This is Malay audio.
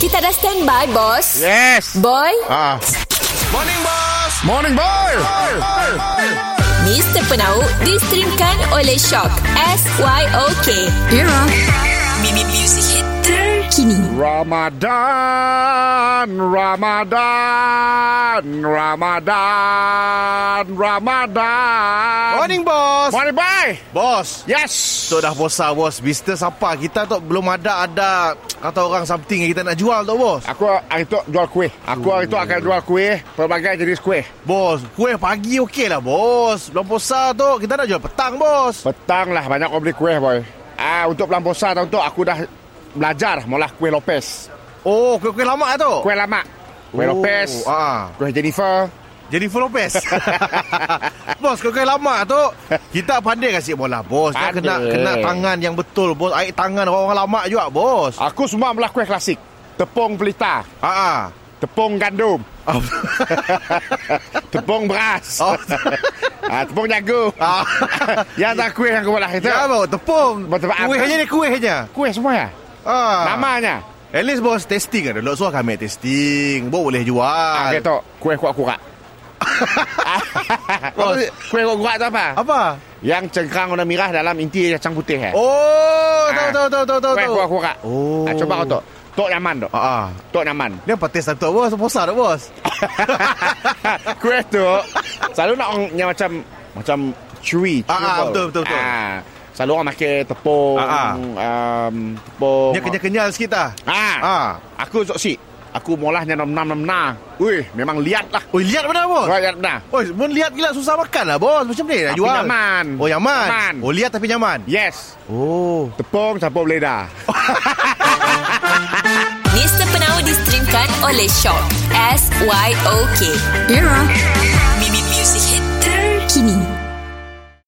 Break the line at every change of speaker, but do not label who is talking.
Kita dah standby, bos.
Yes.
Boy,
Ah.
Morning Boss
Morning boy.
Mr. Penau distrimkan oleh Shock. S-Y-O-K. Era. Mimi Music Hit terkini.
Ramadan, Ramadan, Ramadan, Ramadan.
Morning Boss
Morning boy.
Boss
Yes.
Tok dah bosa bos Bisnes apa Kita tok belum ada Ada Kata orang something Yang kita nak jual tok bos
Aku hari tu jual kuih. Aku hari tu akan jual kuih, pelbagai jenis kuih.
Bos Kuih pagi okey lah bos Belum puasa tok Kita nak jual petang bos
Petang lah banyak orang beli kuih boy. Ah untuk pelamposa tahun tu aku dah belajar mula kuih Lopez.
Oh kuih-kuih lama lah tok
Kuih lama. Kuih
Oh,
Lopez.
ah.
Kuih Jennifer.
Jadi full Lopez Bos kuih-kuih lama tok Kita pandai kasih bola bos Jangan kena,
Pandai.
kena tangan yang betul bos Air tangan orang-orang lama juga bos
Aku semua mula kuih klasik. Tepung pelita,
Ah,
tepung gandum,
ah.
tepung beras.
Oh.
ah, tepung jagung.
Ah.
ya tak kuih yang aku mula itu.
Ya, bos, tepung.
Betul, apa?
Kuih hanya ni, kuih hanya.
Kuih semua ya.
Ah.
Namanya.
At least bos testing kan dulu So kami testing Bos boleh jual
Ah, okay, tok. Kuih kuak kurak.
Bos.
kuih kuak kurak tu apa?
Apa?
Yang cengkang warna merah dalam inti kacang putih eh.
Oh Tahu
Ah.
tahu tahu tahu tahu
Kuih
tahu.
kuak kurak.
Oh
Ah, coba kau tok. Tok nyaman tok.
Ah, ah.
Tok nyaman.
Ni apa test tu bos Posa tak bos
kuih tu selalu nak orang yang macam macam chewy.
Ah,
chewy
ah,
tau.
betul, betul, betul.
Ah, selalu orang pakai tepung,
Ah, ah.
um, tepung.
Dia kenyal-kenyal sikit lah
Ah.
Ah.
Aku sok si. Aku molahnya nom nam nam na. Ui, memang liat lah.
Oi lihat mana bos
Kau liat dah.
Oi mun lihat gila susah makan lah bos Macam ni nak
Tapi
jual
nyaman.
Oh nyaman
Nyaman.
Oh lihat tapi nyaman
Yes.
Oh
Tepung campur beleda.
Mr. Penau distrimkan oleh Shock. S-Y-O-K. Era.